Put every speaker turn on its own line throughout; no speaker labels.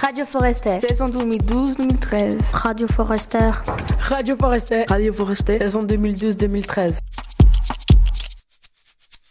Radio Forester.
Saison 2012-2013.
Radio Forester.
Radio Forester.
Radio Forester.
Saison 2012-2013.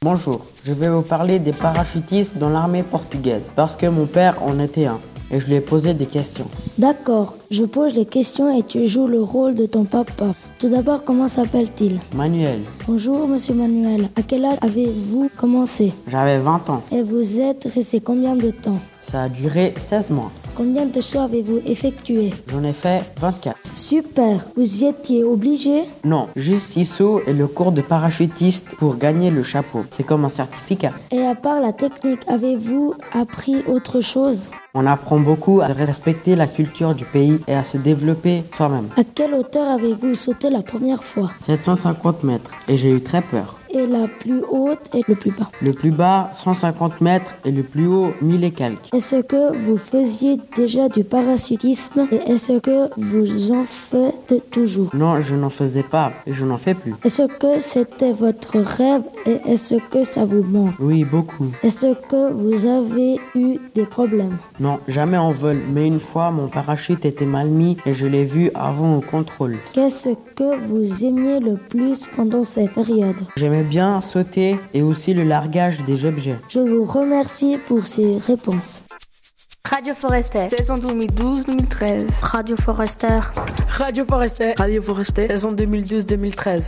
Bonjour, je vais vous parler des parachutistes dans l'armée portugaise parce que mon père en était un et je lui ai posé des questions.
D'accord, je pose les questions et tu joues le rôle de ton papa. Tout d'abord, comment s'appelle-t-il
Manuel.
Bonjour, monsieur Manuel. À quel âge avez-vous commencé
J'avais 20 ans.
Et vous êtes resté combien de temps
Ça a duré 16 mois.
Combien de sauts avez-vous effectué
J'en ai fait 24.
Super, vous y étiez obligé
Non, juste 6 sauts et le cours de parachutiste pour gagner le chapeau. C'est comme un certificat.
Et à part la technique, avez-vous appris autre chose
on apprend beaucoup à respecter la culture du pays et à se développer soi-même.
À quelle hauteur avez-vous sauté la première fois
750 mètres et j'ai eu très peur.
Et la plus haute et le plus bas
Le plus bas, 150 mètres et le plus haut, 1000 et quelques.
Est-ce que vous faisiez déjà du parachutisme et est-ce que vous en faites toujours
Non, je n'en faisais pas et je n'en fais plus.
Est-ce que c'était votre rêve et est-ce que ça vous manque
Oui, beaucoup.
Est-ce que vous avez eu des problèmes
non, jamais en vol, mais une fois mon parachute était mal mis et je l'ai vu avant au contrôle.
Qu'est-ce que vous aimiez le plus pendant cette période
J'aimais bien sauter et aussi le largage des objets.
Je vous remercie pour ces réponses.
Radio Forester.
Saison 2012-2013.
Radio Forester.
Radio Forester.
Radio Forester.
Saison 2012-2013.